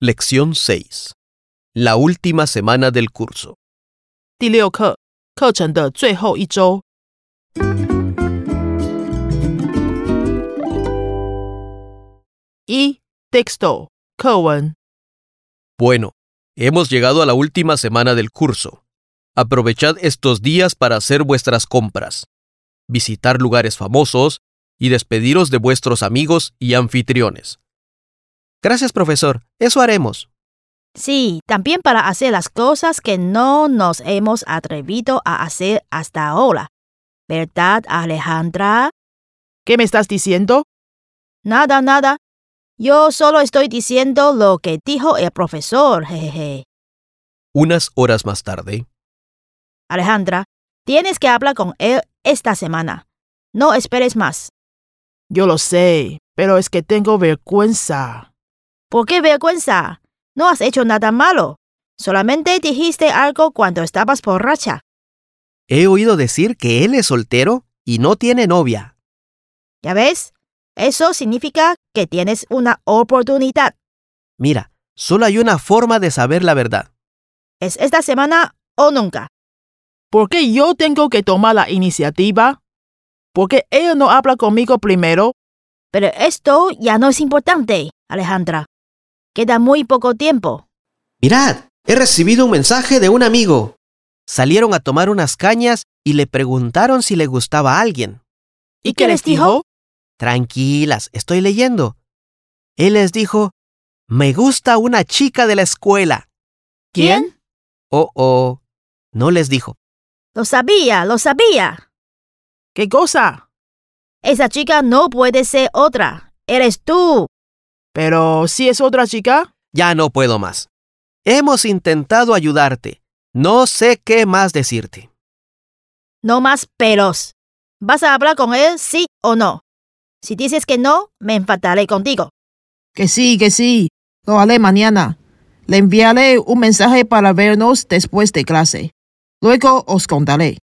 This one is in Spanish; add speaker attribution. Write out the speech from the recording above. Speaker 1: Lección 6. La última semana del curso.
Speaker 2: 第六课，课程的最后一周，一 texto 课文，
Speaker 1: Bueno, hemos llegado a la última semana del curso. Aprovechad estos días para hacer vuestras compras, visitar lugares famosos y despediros de vuestros amigos y anfitriones. Gracias, profesor. Eso haremos.
Speaker 3: Sí, también para hacer las cosas que no nos hemos atrevido a hacer hasta ahora. ¿Verdad, Alejandra?
Speaker 2: ¿qué me estás diciendo?
Speaker 3: Nada, nada. Yo solo estoy diciendo lo que dijo el profesor. Jejeje.
Speaker 1: Unas horas más tarde,
Speaker 3: Alejandra, tienes que hablar con él esta semana. No esperes más.
Speaker 2: Yo lo sé, pero es que tengo vergüenza.
Speaker 3: ¿Por qué vergüenza? No has hecho nada malo. Solamente dijiste algo cuando estabas borracha.
Speaker 1: he oído decir que él es soltero y no tiene novia.
Speaker 3: ¿Ya ves? Eso significa que tienes una oportunidad.
Speaker 1: Mira, solo hay una forma de saber la verdad.
Speaker 3: ¿Es esta semana o nunca?
Speaker 2: ¿Por qué yo tengo que tomar la iniciativa? ¿Por qué él no habla conmigo primero?
Speaker 3: Pero esto ya no es importante, Alejandra. Queda muy poco tiempo.
Speaker 1: Mirad, he recibido un mensaje de un amigo. Salieron a tomar unas cañas y le preguntaron si le gustaba a alguien.
Speaker 3: ¿Y qué les dijo?
Speaker 1: Tranquilas, estoy leyendo. Él les dijo, me gusta una chica de la escuela.
Speaker 3: ¿Quién?
Speaker 1: Oh, oh. No les dijo.
Speaker 3: Lo sabía, lo sabía.
Speaker 2: ¿Qué cosa?
Speaker 3: Esa chica no puede ser otra. Eres tú.
Speaker 2: Pero si es otra chica,
Speaker 1: Ya no puedo más. Hemos intentado ayudarte. No sé qué más decirte.
Speaker 3: No más pelos. ¿Vas a hablar con él, sí o no? Si dices que no, me enfadaré contigo.
Speaker 2: Que sí, que sí. Lo haré mañana. Le enviaré un mensaje para vernos después de clase. Luego os contaré.